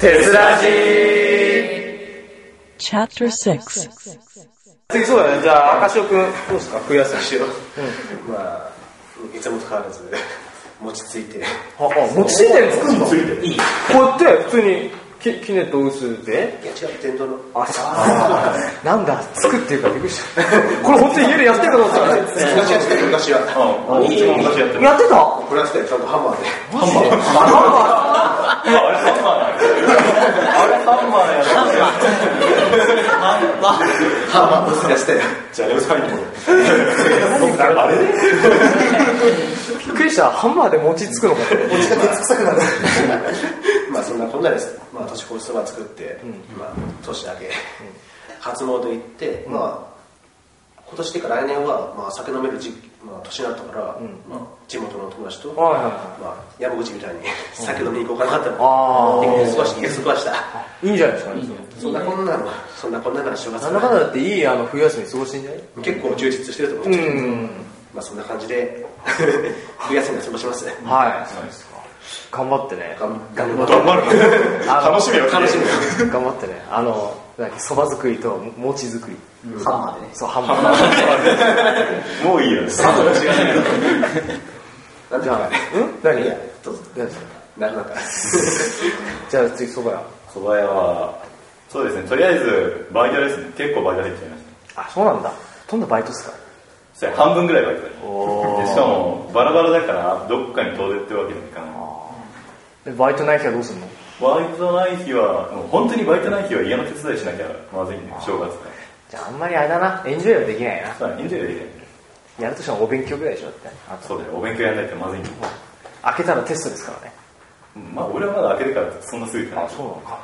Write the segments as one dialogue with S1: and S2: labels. S1: 鉄ラジー
S2: Chapter 6
S1: 次そうだねじゃあ赤潮君どうですか冬休みしよう、まあいつもと変わらず持ちついてああ餅ついて作るのいいこうやって普通にききねと薄で
S3: いや違う天童の
S1: あそうなんだ作っていうかびっくりした これ本当に家でやってるかどうか
S3: 昔やってたよ昔はうんいいよ昔やって
S1: やってた
S3: これはちゃんとハンマーでハンマーとやってたよ
S4: じゃあ、レオさんにも。
S1: びっくりしたハンマーで餅つくのか
S3: まあそんなこんなですまあ年越しそば作ってまあ年明け初詣行ってまあ今年っていうか来年はまあ酒飲める時期まあ年になったからまあ地元の友達と
S1: はいはいはい
S3: まあ山口みたいに酒飲みに行こうかなって
S1: あ
S3: 思
S1: ー
S3: って過ごして過ごした
S1: いいんじゃないですかね
S3: そんなこんなのそんなこんなの正月
S1: なんだかんだだっていいあの冬休み過ごしてんじゃない
S3: 結構充実してると思うんですけどまあそんな感じで 冬休みは過ごします
S1: はい頑張ってね
S3: 頑張
S4: 頑張
S1: あの
S4: る。楽しみよ。
S3: 楽しみよ
S1: 頑張ってねあのなんかそば作りと餅作り
S5: ハンマーでね。
S1: そうハンマー
S4: もういいよ。
S3: なん
S1: じゃあ
S3: だかね
S1: うん何
S3: いやどうぞ
S1: 何ですか
S3: なかなか
S1: じゃあ次そば屋
S4: 小林は、そうですね、とりあえず、バイトですね。結構バイト入っちゃいまし
S1: あそうなんだほとんどバイトっすか
S4: た。それ半分ぐらいバイトだね
S1: おー
S4: でしかも、バラバラだから、どっかに遠出ってわけにもいかない。
S1: でバイトない日はどうすんの
S4: バイトない日は、もう本当にバイトない日は家の手伝いしなきゃまずいね、正月ね。
S1: じゃああんまりあれだなエンジョイはできないな
S4: まあ、いいんじゃない
S1: やるとしたらお勉強ぐらいでしょだってあと
S4: そうだよ、お勉強やんないとまずいね。
S1: 開けたらテストですからね
S4: うんまあ、俺はまだ開けるから、そんなすぐ行かない。
S1: うなのか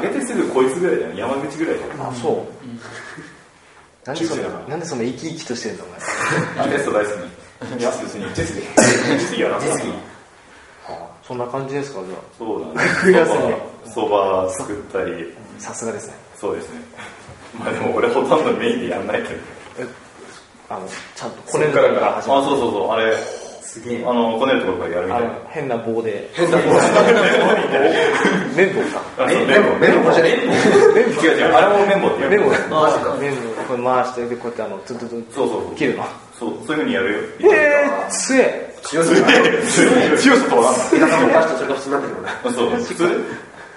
S4: 開けてすぐこいつぐらいだよ、山口ぐらいだよ。
S1: あそうなんでそん
S4: 中世
S1: な
S4: だな
S1: なんでそんな生き生きとしてるんだお前
S4: あテスト大好き。いや、別に。テスト。次は楽だな。
S1: そんな感じですかじゃ
S4: そうだね。
S1: 冬休
S4: そば作ったり、
S1: あさすがですね
S4: そうですね。まあでも俺ほとんどメインでやんないけど。
S1: あのちゃんと
S4: こ
S1: こねるところから
S4: あ、
S1: 始
S4: そう
S1: ま
S4: そうそう、あれ、
S5: すげえ
S4: あ。の、こねるところからやるみ
S1: る
S4: た
S1: あ
S4: いな。
S1: の変な棒で変 な棒綿棒か
S4: あ、そう、綿棒。
S3: メモじゃね
S1: 綿棒
S4: 違う違う、あれも綿棒って
S1: メ
S4: 言う。
S1: モだよ
S5: マジか
S1: メモこれ回してでこうやってあのトゥントゥントゥン
S4: そうそうそう。
S1: 切るの
S4: そう、そういうふうにやるよ。
S1: えー、強え
S3: 強す
S4: す
S3: ぎ
S4: げ
S3: る
S4: え強さとは
S3: 田舎のお菓子とそれが普通なんだけどな
S4: なんだ。そう、普通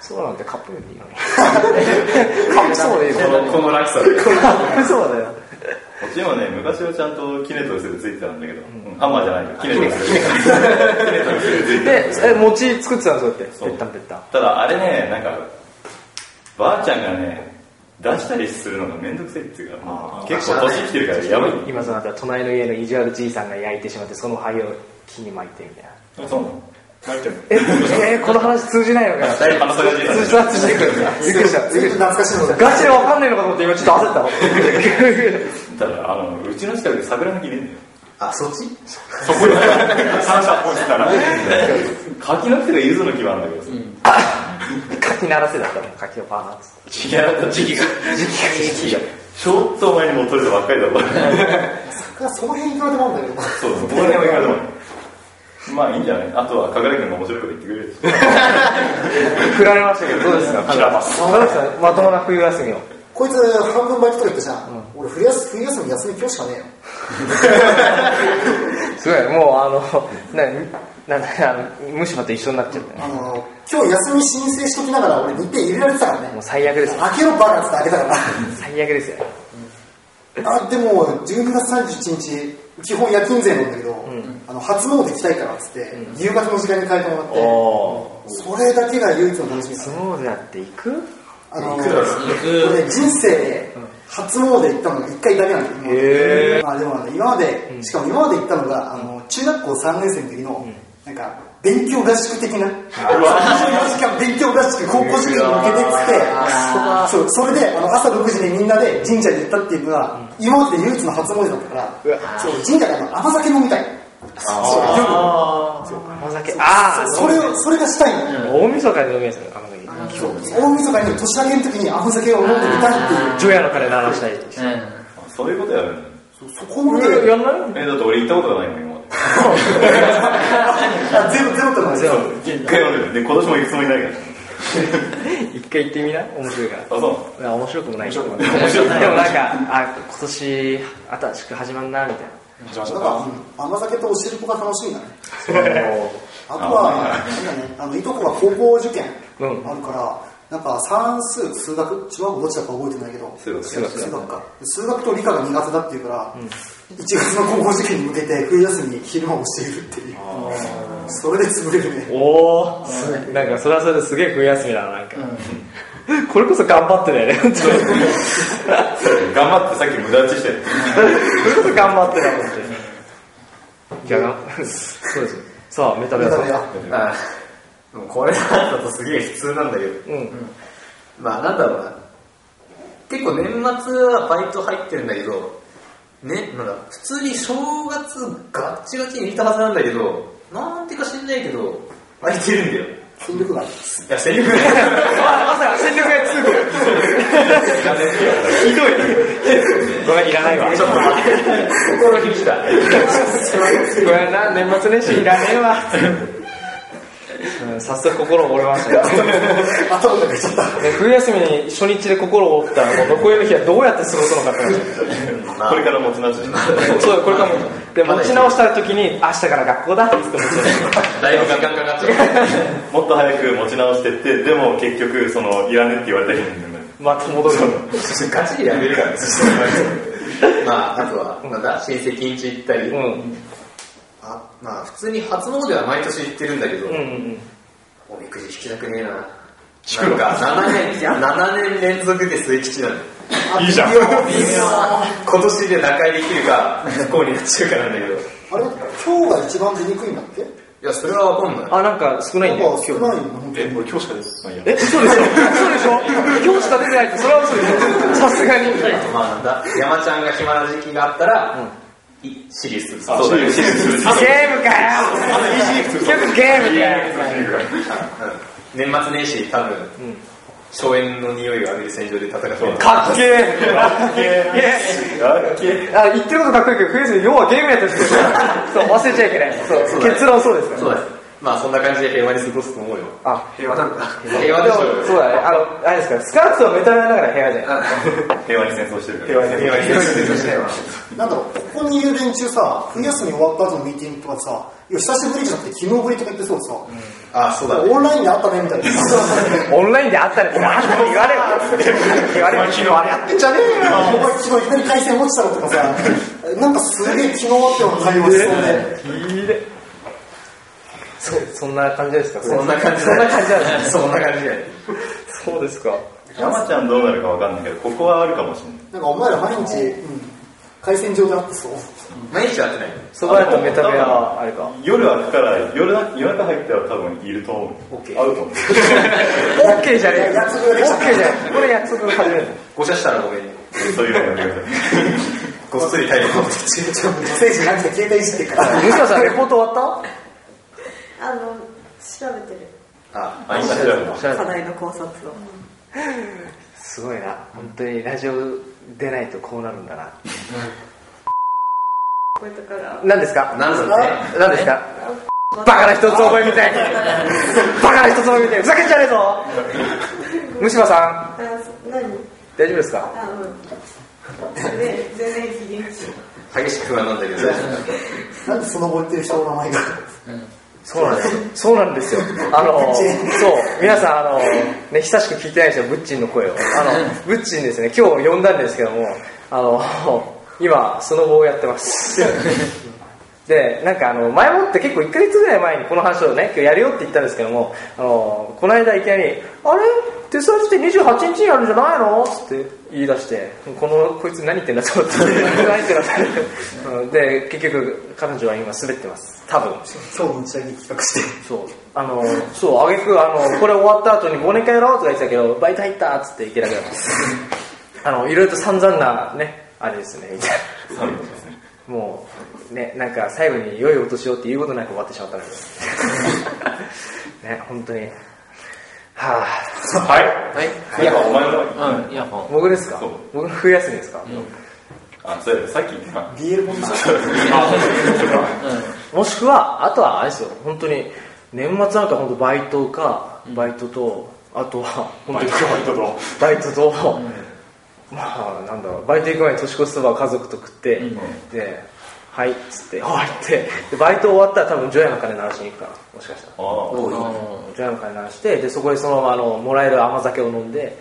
S1: そうなんてカップ麺でいいのにカップそうでいいのに
S4: この落差で。こ
S1: カップそうだよ
S4: っちもね、昔はちゃんとキネトルスでついてたんだけど、ハンマーじゃないよ、キネトルスで。
S1: でえ餅作ってたのそうやって
S4: そう
S1: ぺったんぺったん
S4: ただあれねなんかばあちゃんがね出したりするのがめんどくせえっていうかもう結構年きてるからやばい
S1: 今となったら隣の家の意地悪じいさんが焼いてしまってその灰を木に巻いてみたいな
S4: そうなの泣いてる
S1: ええーこの話通じないのかよ
S4: だいぶ話が
S1: 通じた通じたびっくりしたびっくりした
S5: 懐かしいのだ。
S1: ガチでわかんない のかと思って今ちょっと焦ったわ
S4: ただあのうちの近くで桜の木ねえんだよ
S5: あ、そっち
S4: そ こに三者ポイしたら柿の木とか柚子の木はあるんだけどさ
S1: 柿鳴らせだったもん柿をパーンっつって
S4: 時期があった時期が
S1: 時期が
S4: ちょっと前にもう取れたばっかりだろ
S5: その辺いくらでもあるんだ
S4: そうそうこれでもいいかと思う まあいいんじゃないあとは神楽君が面白いこと言ってくれるし
S1: 振られましたけどどうですか
S4: キラバス
S1: わかりましたまともな冬休みを
S5: けど。こいつ、半分バイトとか言ったじゃん。俺、冬休冬休み休み今日しかねえよ。
S1: すごいもうあの ななんだあの虫歯と一緒になっちゃった
S5: あ
S1: ね
S5: の、今日休み申請しときながら俺日程入れられてたから
S1: も
S5: ね
S1: う。最悪ですよ
S5: 開けろバカっつって開けたか
S1: 最悪ですよ
S5: ら。 あ、でも、12月31日、基本夜勤税なんだけど、あの、初詣行きたいからっつって、夕方の時間に変えてもらって、
S1: お
S5: それだけが唯一の楽しみです
S1: ス。ノーでやっていく
S5: あの、俺ね人生で初詣行ったのが一回だけなんだ
S1: へ
S5: けど、まあでもあの今まで、しかも今まで行ったのが、あの、中学校3年生の時の、なんか、勉強合宿的な、24時間勉強合宿、高校受験に向けてっつって、そう、それで、あの、朝6時にみんなで神社に行ったっていうのが、今までで唯一の初詣だったから、そう、神社であの甘酒飲みたい。そう、夜
S1: 甘酒ああ
S5: それを、それがしたいの。
S1: 大晦日で飲みやすい甘酒
S5: そう大晦日に年明けの時に甘酒を飲んでみたいっていう
S1: 除夜の鐘鳴らしたりとかして
S4: そういうことやるんだよ、
S5: そうそこまで、
S1: えやんない
S4: えだって俺行ったことがないもん今まで
S5: あ、ゼロ、ゼロってことです
S4: 一回もね、で今年も行くつもりないから。
S1: 一回行ってみな面白いから。
S4: あ、そう。
S1: いや面白くもないけど
S4: 面白くもない
S1: でもなんか、あ、今年、新しく始まんな、みたいな。
S4: 始まっ
S5: だ
S4: ち
S5: か
S4: ゃっ
S5: ら、
S4: た。
S5: うん甘酒とお汁粉が楽しいな。あとは、なんだね、あの、いとこが高校受験
S1: うん
S5: あるから、なんか算数、数学、中学校どっちだか覚えてないけど、
S4: 数学
S5: 数学か。数学と理科が苦手だっていうから、1月の高校受験に向けて冬休みに昼間をしているっていう。それで潰れるね。
S1: おお、なんかそれはそれですげえ冬休みだな、なんか。 これこそ頑張って だよね、本当に。
S4: 頑張ってさっき無駄打ちしたよ。
S1: これこそ頑張ってだ、本当に。じゃあが、そうです。さあ、メタル
S5: だ
S1: や
S5: か
S1: さ
S5: ら
S1: ん。
S5: や
S6: あでもこれだとすげえ普通なんだけど
S1: うん。
S6: まあなんだろうな結構年末はバイト入ってるんだけどねなんだ普通に正月ガッチガチにいたはずなんだけどなんてか知んないけど空いてるんだよ
S5: 戦力外。
S6: いや戦力ない
S1: まさか、戦力が通く。ひどい。ごめん、いらないわ。
S6: ちょっと待って心響いた
S1: ごめんな、年末年始いらねえわ。うん早速心折れましたね。
S5: 頭が出ちゃった。
S1: ね冬休みに初日で心を折ったらもう残りの日はどうやって過ごすのかって話
S4: これから持ち直して。
S1: そうこれからもで持ち直した時に明日から学校だって思って
S6: だいぶ時間かかっちゃう
S4: もっと早く持ち直してって、でも結局、その、いらねって言われた日になる。
S1: また戻る
S6: ガチでやめるからねまああとはなんだ親戚ん家行ったり、
S1: うん
S6: あまあ普通に初詣は毎年行ってるんだけど、
S1: うんうん
S6: おみくじ引きたくねえな。なんか7年、7年連続で末吉なの。
S4: いいじゃん。
S6: 今年で打開できるか、不幸になっちゃうからなんだけど。い
S5: あれ、今日が一番出にくいんだっけ
S6: や、それはわかんない。
S1: あなんか少ないんだ
S5: なん
S1: よ
S5: か少
S1: 今日
S5: ないの、本当に。
S4: え、俺今日しか出てないや。
S1: え嘘でしょ嘘でしょ今日しか出てないってそれは嘘でしょさすがに
S6: まあなんだ、山ちゃんが暇な時期があったら、いシリーズ。
S4: そうだよ、システム。
S1: ゲームかよ結局ゲームかよ
S6: 年末年始、多分、荘園の匂いが浴びる戦場で戦ってる。
S1: かっけえかっけえあ言ってることかっこいいけど冬休み要はゲームやってるんですよそう忘れちゃいけないそう
S6: そうだね
S1: 結論そうですから
S6: そうだね。まあそんな感じで平和に過ごすと思うよ。
S1: あ
S3: 平和なんだ
S6: 平和で
S1: で
S6: し
S1: も
S6: ょう
S1: そう
S6: よ。
S1: だねあのあれですからスカルツをメタルやりながら部屋じゃん
S4: 平和に戦争してるから。
S6: 平和に過ごす。
S5: なんだろう、ここにいる連中さ、冬休み終わった後のミーティングとかさ、いや、久しぶりじゃなくて昨日ぶりとか言ってそうでさ、
S6: あ、そうだね。
S5: オンラインで会ったねみたいな。
S1: オンラインで会ったらって何だ言われる言われる昨日あれやってんじゃねえよ
S5: お前昨日いきなり回線落ちたのとかさ、なんかすげえ昨日あったような会話しそうで、
S1: そそんな感じですか
S6: そんな感じ
S1: そんな感じだね
S6: ね。そんな感じだね。
S1: そうですか
S4: 山ちゃんどうなるかわかんないけど、ここはあるかもしれない。
S5: なんかお前ら毎日、うん、回線上で会ってそう。
S6: 毎日会ってない
S1: そば屋とメタ部屋はあれか
S4: 夜開くから、夜な夜中入ったら多分いると思う。会うと思う。
S1: オッケーじゃねえよ
S5: 約束ができ
S1: オ
S5: た
S1: ッケーじゃねえこれ約束が始める
S6: ごちゃしたらごめんね。
S4: そういうのやめてください。
S6: ごっそり体力を落ち
S5: ちょっと女性じゃなくて携帯いじってるから。
S1: 吉野さんレポート終わっ
S7: あの調べてる
S6: あ、
S4: あ、今調べた。
S7: 課題の考察を
S1: たすごいな本当にラジオ出ないとこうなるんだな
S7: こういうとこから
S1: 何ですか
S6: なんだろうね。
S1: 何ですかバカな一つ覚えみたいバカな一つ覚えみたいふざけんじゃねえぞ虫歯さん
S7: あ何
S1: 大丈夫ですか
S7: あうんで全然非現地
S6: 激しく不安なんだけど、
S5: なんでその後言ってる人の名前が。
S1: そうなんですよ。 そうなんですよ。あの、
S5: ブッ
S1: そう
S5: チン、
S1: 皆さん、あの、ね、久しく聞いてないですよ、ブッチンの声を。あの、ブッチンですね、今日呼んだんですけども、あの、 今、スノボをやって ます。で、なんかあの、前もって結構1ヶ月ぐらい前にこの話をね、今日やるよって言ったんですけども、あの、この間いきなり、あれテスラジって28日にあるんじゃないのつって言い出して、この、こいつ何言ってんだと思って、 何言ってんだと思ってうんで、結局、彼女は今滑ってます。多分。
S5: 今日の打ち上げ企画して。
S1: そうあのそうあげくあのこれ終わった後に忘年会やろうとか言ってたけどバイト入ったっつって行けなくなっ たあのいろいろと散々なねあれですね みたいなもうねなんか最後に良いお年をって言うことなく終わってしま ったのでね本当にはあ
S4: はい。はい。いや、お前も。
S2: うん、イヤホン。
S1: 僕ですか
S4: そう
S1: 僕の冬休みですか、
S4: あ、そうや、さっき言ってた。
S5: BL 本
S1: もしくはあとはあれですよ本当に年末なんか本当バイトかバイトと、あとは本当にバイトとまあなんだろうバイト行く前に年越しそばを家族と食って、で「はい」っつって「はい」ってでバイト終わったら多分ジョヤの鐘鳴らしに行くかなもしかしたら
S4: あ
S1: ジャムから流してでそこでそのままあのもらえる甘酒を飲んで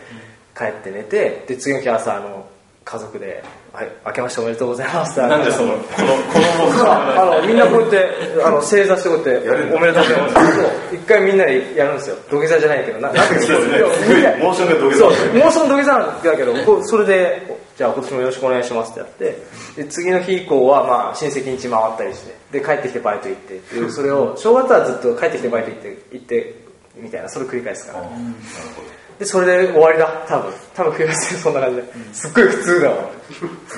S1: 帰って寝てで次の日朝あの家族で「はい明けましておめでとうございます」って
S4: あなんでそのこのこの僕
S1: あのみんなこうやってあの正座してこうやって
S4: やるんだ
S1: おめでとうございます」そう一回みんなでやるんですよ土下座じゃないけどななんか
S4: そうですね
S1: みんな
S4: モーションが土下座
S1: そうモーション土下座なんだけどこうそれで「じゃあ今年もよろしくお願いします」ってやってで次の日以降はまあ親戚に家回ったりしてで帰ってきてバイト行ってっていうそれを正月はずっと帰ってきてバイト行って行ってみたいなそれを繰り返すからでそれで終わりだ多分多分繰り返すよそんな感じですっごい普通だわ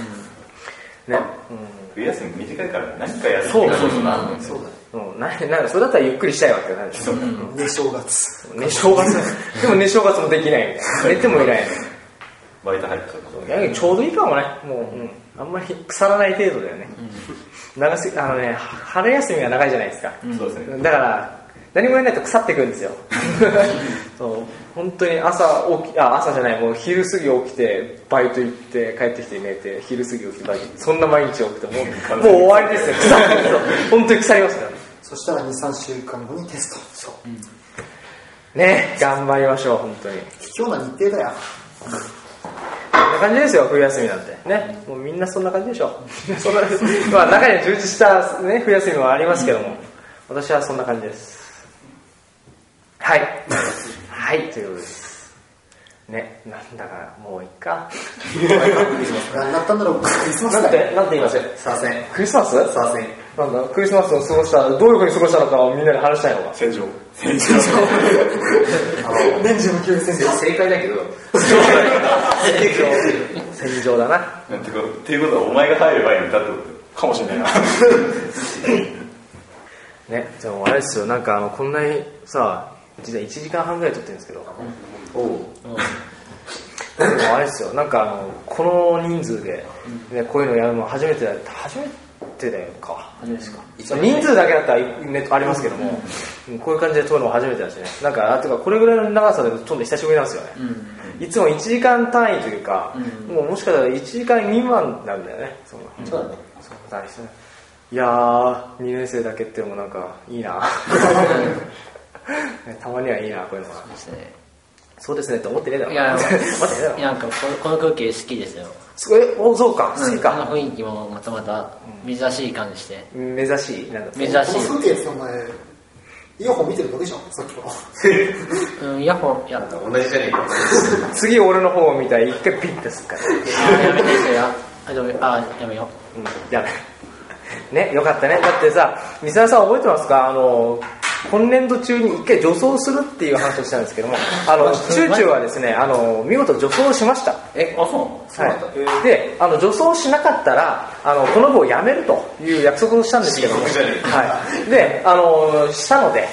S1: ね
S4: 冬休み短いから何かやるって
S1: そう
S4: 感じ
S1: そうそう
S4: なるんだよね
S1: うん、ななんかそれだったらゆっくりしたいわけじゃないですよ
S5: ね正月
S1: 寝正月でも寝正月もできないみたいな寝てもいない
S4: バイト入っちゃうと
S1: いやちょうどいいかもねもう、うん、あんまり腐らない程度だよね、長すぎあのね春休みが長いじゃないですか、
S4: そうですね
S1: だから何もやらないと腐ってくるん ですよそう本当に朝起きあ朝じゃないもう昼過ぎ起きてバイト行って帰ってきて寝て昼過ぎ起きてバイト行ってそんな毎日起きて もうもう終わりですよ腐るそう本当に腐りますから
S5: そしたら23週間後にテストそう
S1: ね頑張りましょう本当に
S5: 卑怯な日程だよ
S1: こんな感じですよ冬休みなんてねもうみんなそんな感じでしょそんなまあ中には充実した、ね、冬休みもありますけども私はそんな感じですはいはいということですねなんだかもういっか
S5: 何だったんだろうクリスマス
S1: なん
S5: だよ
S1: てなんて言います
S6: 左遷
S1: クリスマス
S6: 左遷
S1: なんだクリスマスを過ごしたどういうふうに過ごしたのかをみんなで話したいのか
S4: 戦場
S6: あの
S5: 年中無休戦です
S6: 正解だけど
S1: 戦場だな
S4: なんてことっていうことはお前が入ればいいんだってことかもしれないな
S1: ねでもあれですよなんかあのこんなにさ実は1時間半ぐらい撮ってるんですけどでもあれですよなんかあのこの人数で、ね、こういうのやるの初めてだ初めてだよか初めてですか人数だけだったらいねありますけども、うんこういう感じで撮るのも初めてだしねなんかあてかこれぐらいの長さで撮るの久しぶりなんですよね、いつも1時間単位というか、もうもしかしたら1時間未満なんだよねその
S5: そうだね
S1: そうだねいやー2年生だけっていうのもなんかいい なねたまにはいいなこういうのが
S2: ですね
S1: そうですねって 思ってねえだろ
S2: いや
S1: 待ってねえだろ
S2: なんかこのこの空気好きですよ
S1: それおそうか好き
S2: うん
S1: か
S2: あの雰囲気もまたまた珍しい感じして
S1: 目指しなんだ
S2: 珍し
S5: こ
S2: い、
S5: の風景ってお前イヤホン見てるだけじゃんさっきから
S2: うん、イヤホンやった
S6: 同じじゃねえか
S1: 次俺の方を見たら一回ピッてすっから、
S2: あーやめてそれやあでもあーやめよ
S1: うん、やめねよかったねだってさ三沢さん覚えてますかあの今年度中に一回助走するっていう話をしたんですけどもあのチューチューはですねあの見事助走しました
S6: えあそうなのそう
S1: はい、であの女装しなかったらあのこの部をやめるという約束をしたんですけども、
S6: 地獄じゃねえ
S1: はい、であのしたので、はい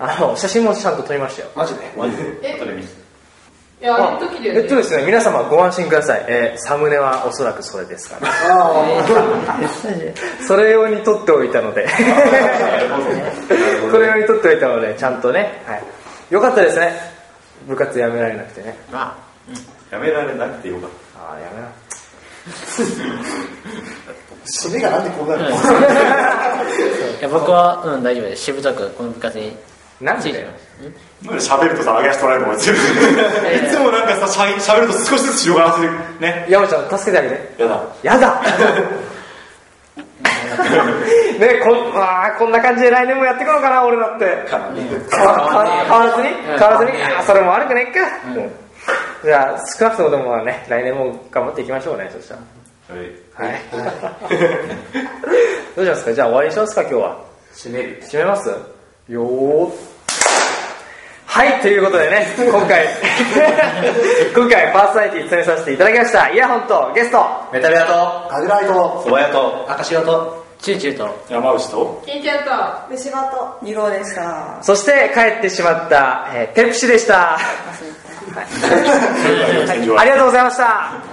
S1: あの写真もちゃんと撮りましたよ
S5: マジで
S4: マジで
S7: え
S4: 後で見せて
S7: いや、あの時だ
S1: え
S7: よ
S1: っとで
S7: ね。
S1: すね皆様ご安心ください、えーサムネはおそらくそれですからそれ用に撮っておいたのでそれ用に撮っておいたのでちゃんとね、はい、よかったですね部活やめられなくてね
S2: うま
S4: やめられなくてよかっ
S1: ああやめな
S5: 締めがなんでこうなるの
S2: あいや僕はうん大丈夫ですしぶとくこの部活に
S1: なん
S2: ついて
S1: で
S2: ます
S4: た喋るとさ上げ足取られるもんいつもなんかさしゃ喋ると少しずつ広がらせるね
S1: 山ちゃん助けてあげて
S4: やだ
S1: やだねこんあーこんな感じで来年もやっていくのかな俺だって変わ変わらずに変わらずにあーそれも悪くないか、うんじゃあ少なくともでもまあね来年も頑張っていきましょうねそしたら
S4: は
S1: は
S4: い
S1: い どうしますかじゃあ終わりにしますか今日は
S6: 閉める
S1: 締めますよーはいということでね今 回今回パーソナリティ務めさせていただきましたイヤホンとゲスト
S6: メタルアと
S5: アグライト
S4: 小林と
S6: 赤潮と
S2: チューチューと
S4: 山内と
S7: 金ちゃんと、虫歯と、二郎でした。
S1: そして帰ってしまった、えーペプシでした。はいはいありがとうございました。